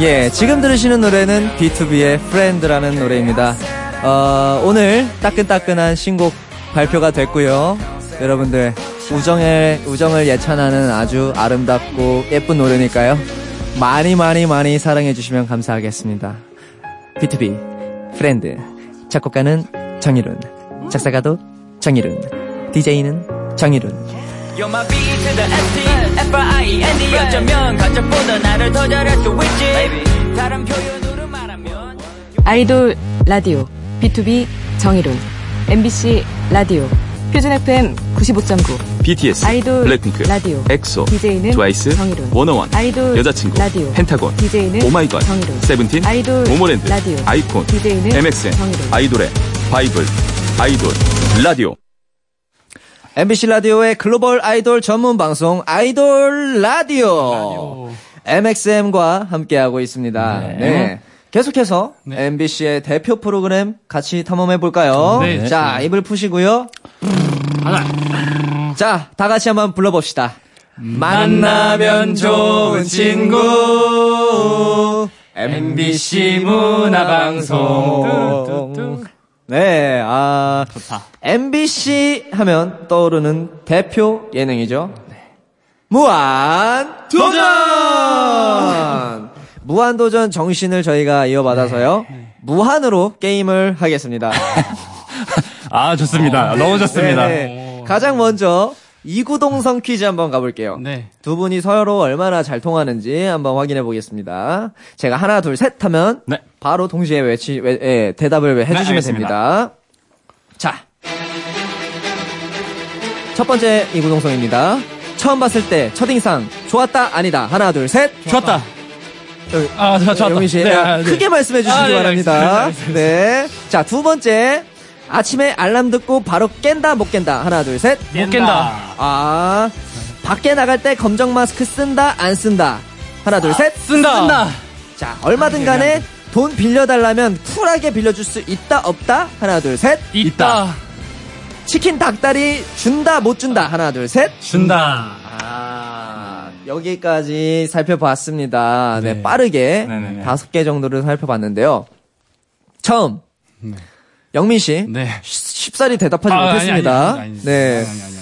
예, 지금 들으시는 노래는 B2B의 Friend라는 노래입니다. 어, 오늘 따끈따끈한 신곡 발표가 됐고요. 여러분들 우정의 우정을 예찬하는 아주 아름답고 예쁜 노래니까요. 많이 많이 많이 사랑해 주시면 감사하겠습니다. B2B Friend 작곡가는 정일훈, 작사가도 정일훈, DJ는 정일훈. You're my B to the S T F-R-I-E-N-D 어쩌면 가족보다 나를 더 잘할 수 있지 다른 표현으로 말하면 아이돌 라디오 B2B 정의론 MBC 라디오 표준 FM 95.9 BTS, 아이돌 블랙핑크, 라디오 엑소, DJ는 트와이스, 정의론 워너원, 아이돌 여자친구, 라디오 펜타곤, DJ는 오마이걸, 정의론 세븐틴, 아이돌 모모랜드, 라디오 아이콘, DJ는 MXN, 정의론 아이돌의 바이블, 아이돌, 라디오. MBC 라디오의 글로벌 아이돌 전문 방송 아이돌 라디오, MXM과 함께하고 있습니다. 네. 계속해서 MBC의 대표 프로그램 같이 탐험해 볼까요? 네. 자, 입을 푸시고요. 아, 자, 다 같이 한번 불러 봅시다. 만나면 좋은 친구 MBC 문화방송 네, 아 좋다. MBC 하면 떠오르는 대표 예능이죠. 네. 무한 도전! 무한 도전 정신을 저희가 이어받아서요. 무한으로 게임을 하겠습니다. 아, 좋습니다. 너무 좋습니다. 네. 가장 먼저 이구동성 퀴즈 한번 가볼게요. 네. 두 분이 서로 얼마나 잘 통하는지 한번 확인해 보겠습니다. 제가 하나 둘 셋 하면 네. 바로 동시에 외치 외- 예, 대답을 해주시면 됩니다. 알겠습니다. 자, 첫 번째 이구동성입니다. 처음 봤을 때 첫인상 좋았다 아니다 하나 둘 셋. 좋았다. 아, 좋았- 좋았다. 영민 씨 네, 아, 네. 크게 말씀해 주시기 아, 네, 알겠습니다. 바랍니다. 알겠습니다. 네, 자 두 번째 아침에 알람 듣고 바로 깬다 못 깬다 하나 둘 셋. 못 깬다. 아 밖에 나갈 때 검정 마스크 쓴다 안 쓴다 하나 둘 셋 아, 쓴다. 자 얼마든 간에 돈 빌려달라면 쿨하게 빌려줄 수 있다 없다 하나 둘 셋 있다. 치킨 닭다리 준다 못 준다 하나 둘 셋 준다. 아, 여기까지 살펴봤습니다. 네, 빠르게 네네네. 다섯 개 정도를 살펴봤는데요. 처음 영민 씨 네. 쉽사리 대답하지 아, 못했습니다. 아니, 아니, 아니, 아니, 네, 아니, 아니,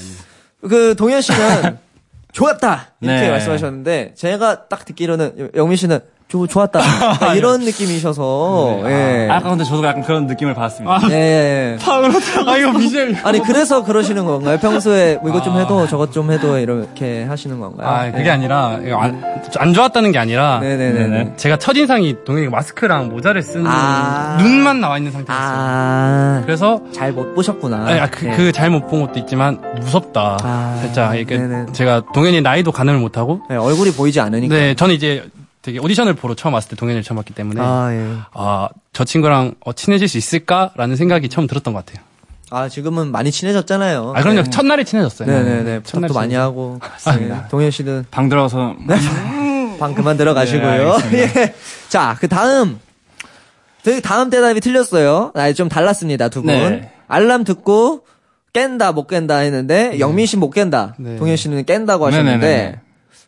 아니. 그 동현 씨는 좋았다 이렇게 네. 말씀하셨는데 제가 딱 듣기로는 영민 씨는 조, 좋았다 약간 이런 느낌이셔서 네. 예. 아까 근데 저도 약간 그런 느낌을 받았습니다. 예. 아, 이거 미셸. 아니 그래서 그러시는 건가요? 평소에 뭐 이것 좀 해도 저것 좀 해도 이렇게 하시는 건가요? 아, 그게 예. 아니라, 이거 안, 안 좋았다는 게 아니라, 네네네네. 제가 첫인상이 동현이가 마스크랑 모자를 쓴 아. 눈만 나와 있는 상태였어요. 아, 그래서, 잘 못 보셨구나. 아, 그, 네. 그 잘 못 본 것도 있지만, 무섭다. 아. 살짝, 이렇게 네네. 제가 동현이 나이도 가늠을 못하고, 네, 얼굴이 보이지 않으니까. 네, 저는 이제 되게 오디션을 보러 처음 왔을 때 동현이를 처음 봤기 때문에, 아, 아, 예. 저 친구랑 어, 친해질 수 있을까라는 생각이 처음 들었던 것 같아요. 아, 지금은 많이 친해졌잖아요. 아, 그럼요. 첫날에 친해졌어요. 네. 네네네. 부탁도 많이 친해졌어요. 하고. 네, 동현 씨는 음. 방 들어가서 네. 방 그만 들어가시고요. 예. 자, 그 다음. 그 다음 대답이 틀렸어요. 아, 좀 달랐습니다, 두 분. 네. 알람 듣고 깬다, 못 깬다 했는데, 영민 씨못 깬다. 네. 동현 씨는 깬다고 하셨는데, 네네네네.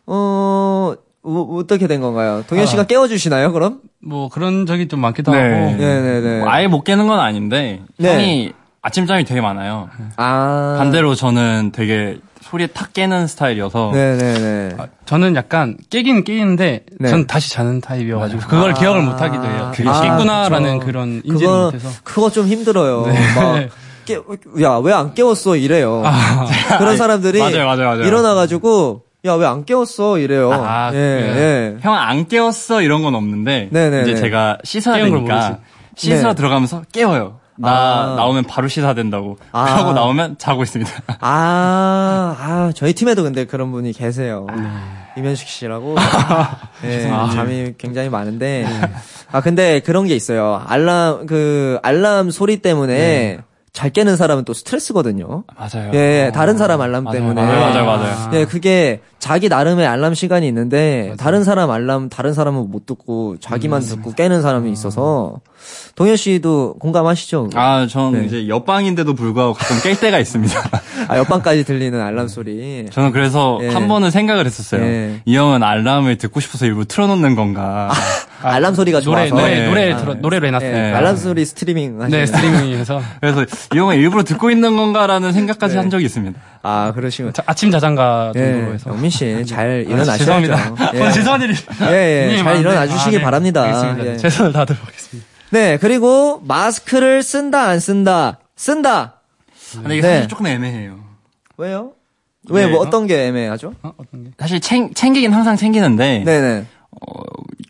어, 뭐, 어떻게 된 건가요? 동현 아. 씨가 깨워주시나요, 그럼? 뭐 그런 적이 좀 많기도 네. 하고 네네네. 뭐 아예 못 깨는 건 아닌데 네. 형이 아침잠이 되게 많아요. 아. 반대로 저는 되게 소리에 탁 깨는 스타일이어서 네네네. 아, 아, 저는 약간 깨긴 깨는데 네. 아. 전 다시 자는 타입이어가지고 그걸 기억을 못 하기도 해요. 그게 아, 진짜- 깼구나라는 그런 인지를 그거, 못해서 그거 좀 힘들어요. 네. 막, 깨, 야, 왜 안 깨웠어? 이래요. 그런 사람들이 아, 맞아요, 맞아요, 맞아요. 일어나가지고, 야, 왜 안 깨웠어? 이래요. 아, 예, 그래요? 예. 형 안 깨웠어 이런 건 없는데 네네네. 이제 제가 씻어야 깨운 걸 되니까 모르지. 씻으러 네. 들어가면서 깨워요. 나 아. 나오면 바로 씻어야 된다고 아. 하고 나오면 자고 있습니다. 아, 아, 저희 팀에도 근데 그런 분이 계세요. 아. 이면식 씨라고. 예, 잠이 굉장히 많은데. 네. 아, 근데 그런 게 있어요. 알람, 그, 알람 소리 때문에 잘 깨는 사람은 또 스트레스거든요. 네. 맞아요. 어. 예, 다른 사람 알람 맞아요. 때문에. 맞아요, 맞아요, 맞아요. 예, 그게 자기 나름의 알람 시간이 있는데 다른 사람 알람 다른 사람은 못 듣고 음. 자기만 듣고 깨는 사람이 있어서 동현 씨도 공감하시죠? 아, 아, 전 네. 이제 옆방인데도 불구하고 가끔 깰 때가 있습니다. 아, 옆방까지 들리는 알람 소리. 저는 그래서 예. 한 번은 생각을 했었어요. 예. 이 형은 알람을 듣고 싶어서 일부러 틀어놓는 건가. 알람 소리가 아, 노래 좋아서 노래 네. 노래 아, 들어, 노래로 예, 해놨어요. 네, 알람 소리 스트리밍 하시는 스트리밍에서 그래서 이 형은 일부러 듣고 있는 건가라는 생각까지 네. 한 적이 있습니다. 아 그러시군요. 자- 아침 자장가 예, 정도로 해서 아, 영민 씨 잘 일어나셔야죠. 죄송합니다. 예. 저는 죄송한 일이 예, 예, 분명히 잘 많은데. 일어나 주시기 아, 네. 바랍니다. 알겠습니다. 예. 최선을 다하도록 하겠습니다. 네, 그리고 마스크를 쓴다 안 쓴다 쓴다 근데 이게 네. 사실 조금 애매해요. 왜요? 왜 네. 뭐 어떤 게 애매하죠? 어? 어떤 게? 사실 챙, 챙기긴 항상 챙기는데 네네. 어,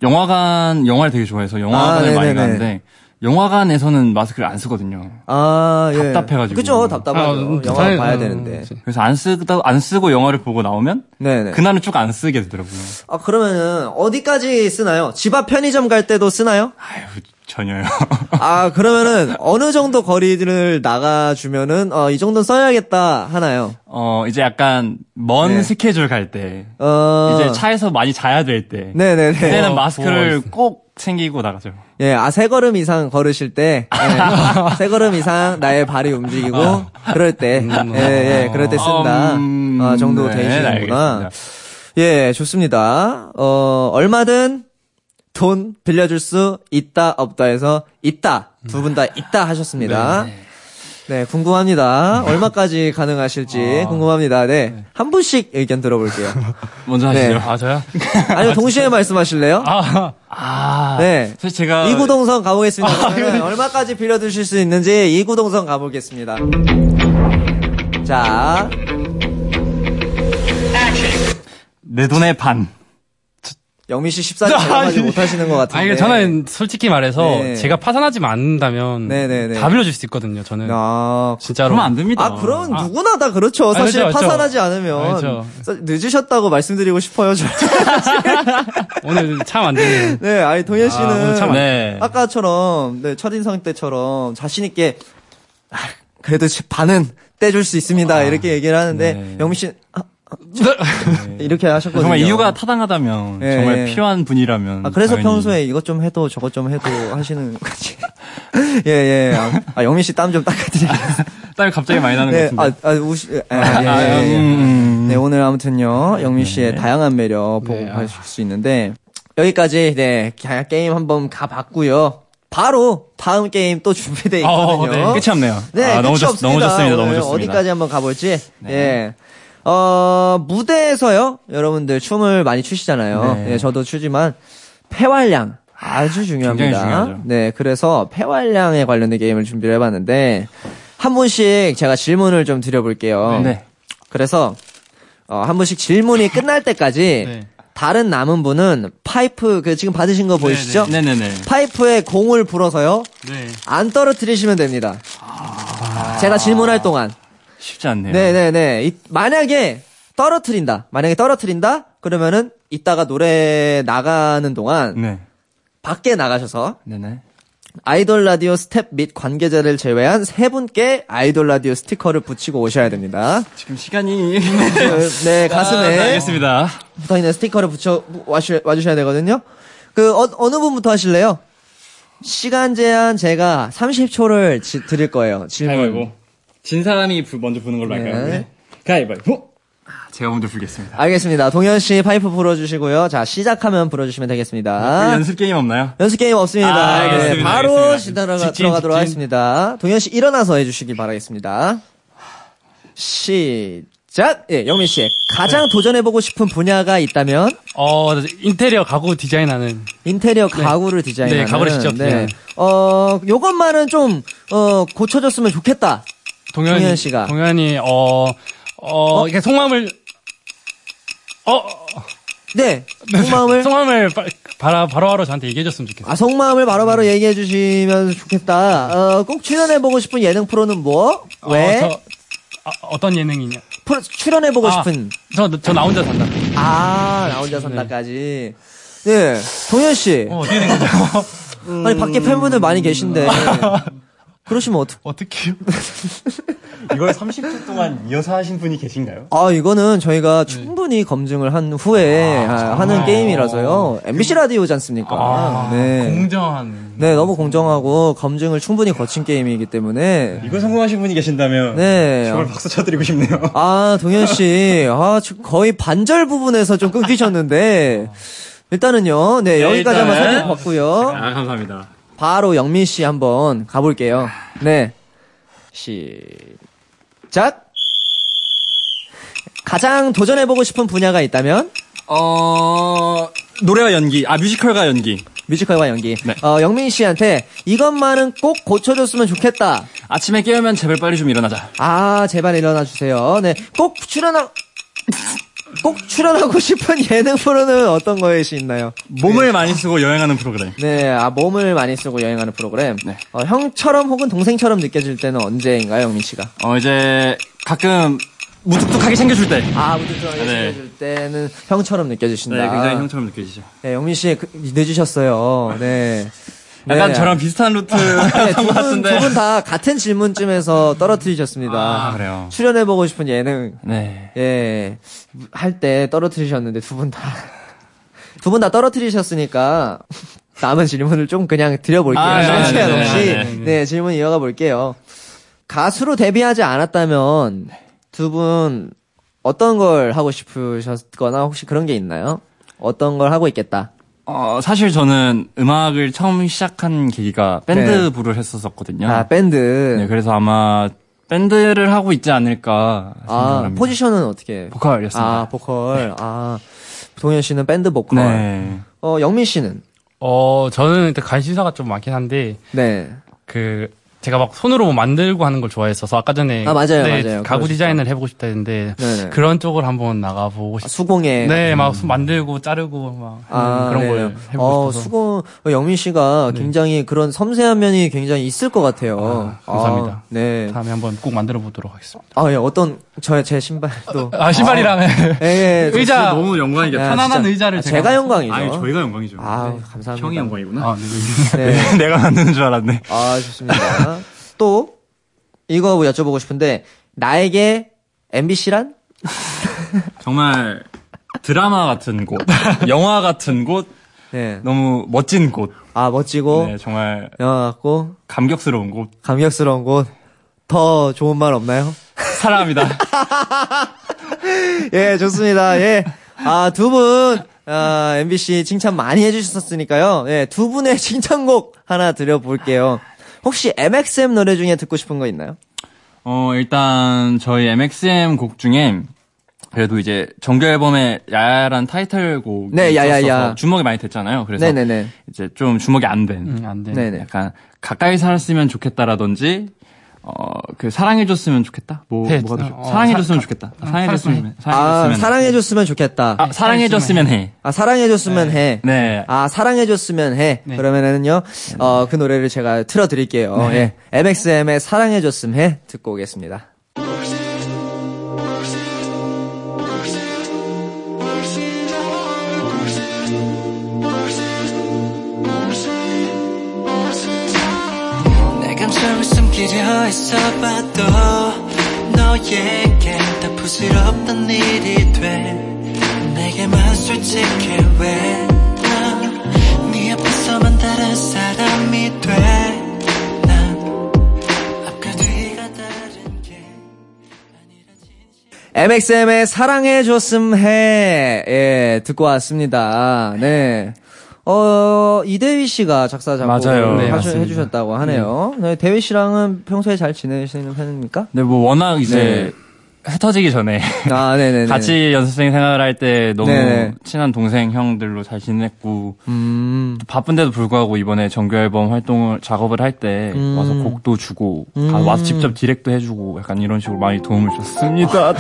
영화관 영화를 되게 좋아해서 영화관을 아, 많이 네네네. 가는데 영화관에서는 마스크를 안 쓰거든요. 아, 예. 답답해가지고. 그죠, 답답하죠. 아, 뭐, 영화 당연히- 봐야 음, 되는데. 그래서 안 쓰다 안 쓰고 영화를 보고 나오면 네네. 그날은 쭉 안 쓰게 되더라고요. 아, 그러면은, 어디까지 쓰나요? 집 앞 편의점 갈 때도 쓰나요? 아유 전혀요. 아, 그러면은, 어느 정도 거리를 나가주면은, 어, 이 정도는 써야겠다, 하나요? 어 이제 약간 먼 네. 스케줄 갈 때. 어. 이제 차에서 많이 자야 될 때. 네네네. 그때는 어, 마스크를 보호하겠습니다. 꼭 챙기고 나가죠. 예, 아, 세 걸음 이상 걸으실 때, 예, 세 걸음 이상 나의 발이 움직이고, 어. 그럴 때, 예, 예, 그럴 때 쓴다, 음, 아, 정도 네, 되시는구나. 알겠습니다. 예, 좋습니다. 어, 얼마든 돈 빌려줄 수 있다, 없다 해서 있다. 두 분 다 있다 하셨습니다. 네, 궁금합니다. 네. 얼마까지 아. 가능하실지 궁금합니다. 네. 한 분씩 의견 들어볼게요. 먼저 하시죠. 네. 아 저요? 아니면 동시에 말씀하실래요? 아 아, 네. 사실 제가 이구동성 가보겠습니다. 그러면 얼마까지 빌려드실 수 있는지 이구동성 가보겠습니다. 자, 내 돈의 반. 영민 씨 14년 가지 못하시는 것 같은데. 아, 아니 이게 저는 솔직히 말해서 네. 제가 파산하지 않는다면 네네네. 다 빌려줄 수 있거든요. 저는 아, 진짜로. 그러면 안 됩니다. 아, 그럼 누구나 다 그렇죠. 아, 사실 그렇죠, 그렇죠. 파산하지 않으면 아, 그렇죠. 사- 늦으셨다고 말씀드리고 싶어요. 저. 오늘 참 안 되네요. 네, 아니 동현 씨는 오늘 참 안- 네. 아까처럼 네, 첫인상 때처럼 자신 있게 아, 그래도 제 반은 떼줄 수 있습니다. 아, 이렇게 얘기를 하는데 네. 영민 씨는 아, 아, 저- 네. 이렇게 하셨거든요. 정말 이유가 타당하다면 예, 정말 예. 필요한 분이라면 아, 음, 그래서 당연히. 평소에 이것 좀 해도 저것 좀 해도 하시는 거지. 예, 예. 아, 아, 영민 씨 땀 좀 닦아드리겠습니다. 땀이 갑자기 많이 나는 네, 것 같은데. 아, 아, 우시, 예, 예, 예, 예. 음, 네. 네, 오늘 아무튼요, 영민 씨의 다양한 매력 보고 가실 아. 수 있는데, 여기까지, 네, 게- 게임 한번 가봤고요 바로 다음 게임 또 준비되어 어, 있거든요. 네. 끝이 없네요. 네, 아, 너무 끝이 좋- 없습니다. 너무 좋습니다. 너무 오늘 좋습니다. 어디까지 한번 가볼지. 네. 예. 어, 무대에서요, 여러분들 춤을 많이 추시잖아요. 네. 예, 저도 추지만, 폐활량. 아주 중요합니다. 중요하죠. 네, 그래서 폐활량에 관련된 게임을 준비를 해봤는데, 한 분씩 제가 질문을 좀 드려볼게요. 네. 그래서 어, 한 분씩 질문이 끝날 때까지 네. 다른 남은 분은 파이프 그 지금 받으신 거 보이시죠? 네, 네네네. 파이프에 공을 불어서요 네. 안 떨어뜨리시면 됩니다. 아. 제가 질문할 동안 쉽지 않네요. 네네네 이- 만약에 떨어뜨린다 만약에 떨어뜨린다 그러면은 이따가 노래 나가는 동안 네. 밖에 나가셔서 네네. 아이돌 라디오 스탭 및 관계자를 제외한 세 분께 아이돌 라디오 스티커를 붙이고 오셔야 됩니다. 지금 시간이. 네 아, 가슴에 알겠습니다. 붙어 있는 스티커를 붙여 와주, 와주셔야 되거든요. 그 어, 어느 분부터 하실래요? 시간 제한 제가 30초를 드릴 거예요. 질문. 진 사람이 먼저 부는 걸로 할까요? 네. 가위바위보. 제가 먼저 불겠습니다. 아, 알겠습니다. 동현 씨 파이프 불어주시고요. 자, 시작하면 불어주시면 되겠습니다. 그 연습 게임 없나요? 연습 게임 없습니다. 아, 알겠습니다. 네, 바로 알겠습니다. 시 들어가, 직진, 들어가도록 직진. 하겠습니다. 동현 씨 일어나서 해주시기 바라겠습니다. 시작. 예, 영민 씨 가장 네. 도전해보고 싶은 분야가 있다면 어, 인테리어 가구 디자인하는. 인테리어 가구를 디자인하는. 네, 가구를 직접 디자인. 어, 요것만은 좀 어, 고쳐줬으면 좋겠다. 동현이, 동현 씨가. 동현이, 어, 어, 이렇게 속마음을, 어, 네, 속마음을 속마음을 바, 바로, 바로바로 저한테 얘기해줬으면 좋겠어요. 아 속마음을 바로바로 얘기해 주시면 좋겠다. 어, 꼭 출연해보고 싶은 예능 프로는 뭐? 왜? 어, 저, 아, 어떤 예능이냐? 프로- 출연해보고 아. 네. 싶은 저, 저 나 혼자 산다. 아, 나 혼자 산다까지. 네. 동현 씨. 어, 어떻게 된 거죠? 음. 아니, 밖에 팬분들 많이 계신데. 그러시면 어떡, 어떻게요? 이걸 30분 동안 이어서 하신 분이 계신가요? 아, 이거는 저희가 네. 충분히 검증을 한 후에 아, 하는 게임이라서요. MBC 라디오지 않습니까? 네. 그 아, 공정한. 네, 너무 공정하고 검증을 충분히 거친 게임이기 네. 때문에. 이거 성공하신 분이 계신다면 네. 정말 박수 쳐드리고 싶네요. 아, 동현 씨. 아, 지금 거의 반절 부분에서 좀 끊기셨는데. 일단은요. 네, 여기까지 한번 일단은. 살펴봤고요. 아, 감사합니다. 바로 영민 씨 한번 가볼게요. 네. 시작. 가장 도전해보고 싶은 분야가 있다면 어, 노래와 연기, 아, 뮤지컬과 연기. 뮤지컬과 연기. 네. 어, 영민 씨한테 이것만은 꼭 고쳐줬으면 좋겠다. 아침에 깨우면 제발 빨리 좀 일어나자. 아 제발 일어나 주세요. 네. 꼭 출연하 꼭 출연하고 싶은 예능 프로는 어떤 것이 있나요? 몸을 많이 쓰고 여행하는 프로그램. 네, 아 몸을 많이 쓰고 여행하는 프로그램. 네. 어, 형처럼 혹은 동생처럼 느껴질 때는 언제인가요, 영민 씨가? 어, 이제 가끔 무뚝뚝하게 챙겨줄 때. 아, 무조건 네. 느껴질 때는 형처럼 느껴지신다. 네, 굉장히 형처럼 느껴지죠. 네, 영민 씨 그- 늦으셨어요. 네. 약간 네. 저랑 비슷한 루트 네, 한것 같은데. 두분 다 같은 질문쯤에서 떨어뜨리셨습니다. 아, 그래요? 출연해보고 싶은 예능, 네. 예, 할 때 떨어뜨리셨는데 두 분 다. 두 분 다 떨어뜨리셨으니까 남은 질문을 좀 그냥 드려볼게요. 아, 네, 네, 시간 네, 없이. 네, 네, 질문 이어가 볼게요. 가수로 데뷔하지 않았다면 두 분 어떤 걸 하고 싶으셨거나 혹시 그런 게 있나요? 어떤 걸 하고 있겠다. 어, 사실 저는 음악을 처음 시작한 계기가 밴드 네. 부를 했었었거든요. 아, 밴드. 네, 그래서 아마 밴드를 하고 있지 않을까 아, 생각합니다. 포지션은 어떻게? 보컬이었습니다. 아, 보컬. 아, 동현 씨는 밴드 보컬. 네. 어, 영민 씨는? 어, 저는 일단 관심사가 좀 많긴 한데, 네. 그 제가 막 손으로 뭐 만들고 하는 걸 좋아했어서 아까 전에 아, 맞아요, 네, 맞아요. 가구 그러셨죠. 디자인을 해보고 싶다 했는데 네네. 그런 쪽을 한번 나가보고 아, 싶. 수공예. 네, 막손 만들고 자르고 막 하는 음, 그런 네. 걸 해보고 어, 싶어서. 네. 수고, 어, 영민 씨가 굉장히 그런 섬세한 면이 굉장히 있을 것 같아요. 감사합니다. 아, 네. 다음에 한번 꼭 만들어 보도록 하겠습니다. 아, 예, 어떤, 저의, 제 신발도. 아 신발이랑 예, 예. 의자 너무 네, 영광이겠다. 야, 편안한 진짜. 의자를 아, 제가- 제가 영광이죠. 아니, 저희가 영광이죠. 아, 감사합니다. 형이 영광이구나. 아, 네. 네. 내가 만드는 줄 알았네. 아, 좋습니다. 또, 이거 뭐 여쭤보고 싶은데, 나에게 MBC란? 정말 드라마 같은 곳, 영화 같은 곳, 네. 너무 멋진 곳. 아, 멋지고, 네, 정말 영화 같고, 감격스러운 곳. 감격스러운 곳. 더 좋은 말 없나요? 사랑합니다. 예, 좋습니다. 예. 아, 두 분, 아, MBC 칭찬 많이 해주셨었으니까요. 예, 두 분의 칭찬곡 하나 드려볼게요. 혹시 MXM 노래 중에 듣고 싶은 거 있나요? 어, 일단 저희 MXM 곡 중에 그래도 이제 정규 앨범의 야야란 타이틀곡 네, 야야야. 주목이 많이 됐잖아요. 그래서 네네네. 이제 좀 주목이 안 된 음, 안 돼. 네네. 약간 가까이 살았으면 좋겠다라든지 어 그 사랑해줬으면 좋겠다. 뭐 네, 뭐가 더 어, 좋- 어, 사랑해줬으면 좋겠다. 사랑해줬으면 아, 사랑해줬으면 사랑해줬으면 좋겠다. 아, 사랑해줬으면 해. 아, 사랑해줬으면 해. 네. 아, 사랑해줬으면 해. 네. 그러면은요, 어, 그 노래를 제가 틀어드릴게요. 네. 예. MXM의 사랑해줬음 해 듣고 오겠습니다. 내 감정을 숨기려 했어봐도 너에겐 다 부끄럽던 일이 돼 내게만 솔직해 왜난네 앞에서만 다른 사람이 돼난 앞과 뒤가 다른 게 아니라 진실 MXM의 사랑해줬음 해. 예, 듣고 왔습니다. 네. 어, 이대휘 씨가 작사, 작곡 맞아요. 네, 맞습니다. 음. 해주셨다고 하네요. 네, 대휘 씨랑은 평소에 잘 지내시는 편입니까? 근데 뭐 워낙 이제 흩어지기 전에 아, 네네네. 같이 연습생 생활을 할 때 너무 네네. 친한 동생 형들로 잘 지냈고 음, 또 바쁜데도 불구하고 이번에 정규 앨범 활동을 작업을 할 때 음. 와서 곡도 주고 다 와서 직접 디렉도 해주고 약간 이런 식으로 많이 도움을 줬습니다.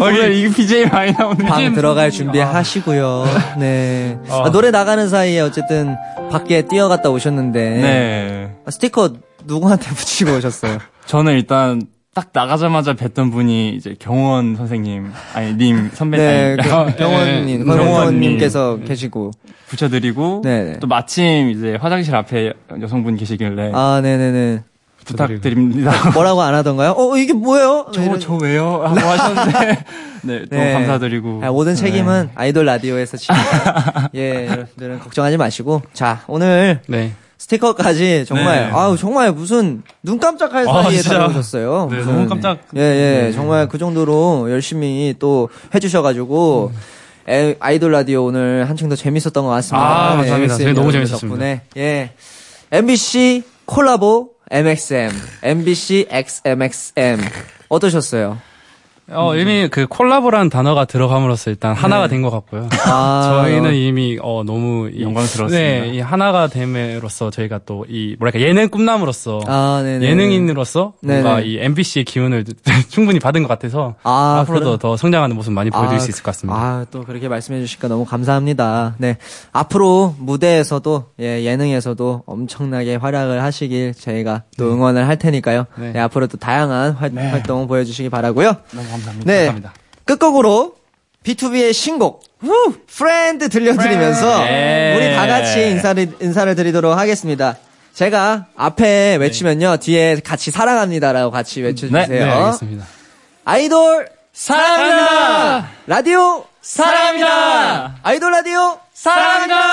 오늘 이 BJ 많이 나오는 방 들어갈 준비 하시고요. 네. 아. 어. 아, 노래 나가는 사이에 어쨌든 밖에 뛰어갔다 오셨는데. 네. 아, 스티커 누구한테 붙이고 오셨어요? 저는 일단 딱 나가자마자 뵀던 분이 이제 경호원 선생님 아니 님 네, 선배님 그 병원님, 아, 네. 병원님께서 계시고. 붙여드리고 네네. 또 마침 이제 화장실 앞에 여성분 계시길래 아, 네네네. 부탁드립니다. 뭐라고 안 하던가요? 어, 이게 뭐예요? 이런- 저 왜요? 하고 하셨는데 네, 너무 네. 감사드리고 아, 모든 책임은 아이돌 라디오에서 지고 예, 여러분들은 걱정하지 마시고. 자, 오늘 네. 스티커까지 정말, 네. 아우, 정말 무슨 눈 깜짝할 아, 사이에 진짜. 다녀오셨어요. 네, 무슨- 너무 깜짝. 네. 예, 예, 정말 그 정도로 열심히 또 해주셔가지고. 음. 에, 아이돌 라디오 오늘 한층 더 재밌었던 것 같습니다. 아, 감사합니다. MXM 저희 너무 여러분들 재밌었습니다. 덕분에. 예. MBC 콜라보 MXM, MBC XMXM. 어떠셨어요? 어, 이미 그 콜라보라는 단어가 들어감으로써 일단 하나가 된 것 같고요. 아, 저희는 이미 어, 너무 이- 영광스러웠습니다. 네, 이 하나가 됨으로써 저희가 또 이 뭐랄까 예능 꿈남으로써 아, 네네. 예능인으로서 뭔가 네네. 이 MBC의 기운을 충분히 받은 것 같아서 아, 앞으로도 그럼- 더 성장하는 모습 많이 보여드릴 수 있을 것 같습니다. 아, 또 그렇게 말씀해 주시니까 너무 감사합니다. 네. 앞으로 무대에서도, 예, 예능에서도 엄청나게 활약을 하시길 저희가 또 응원을 할 테니까요. 네. 네. 앞으로 또 다양한 활, 활동 보여주시기 바라고요 너무 감사합니다. 네. 감사합니다. 끝곡으로 B2B의 신곡 후! 프렌드 들려드리면서 예. 우리 다 같이 인사를 인사를 드리도록 하겠습니다. 제가 앞에 외치면요 뒤에 같이 사랑합니다라고 같이 외쳐주세요. 네, 네, 알겠습니다. 아이돌 사랑합니다. 라디오 사랑합니다. 아이돌 라디오 사랑합니다.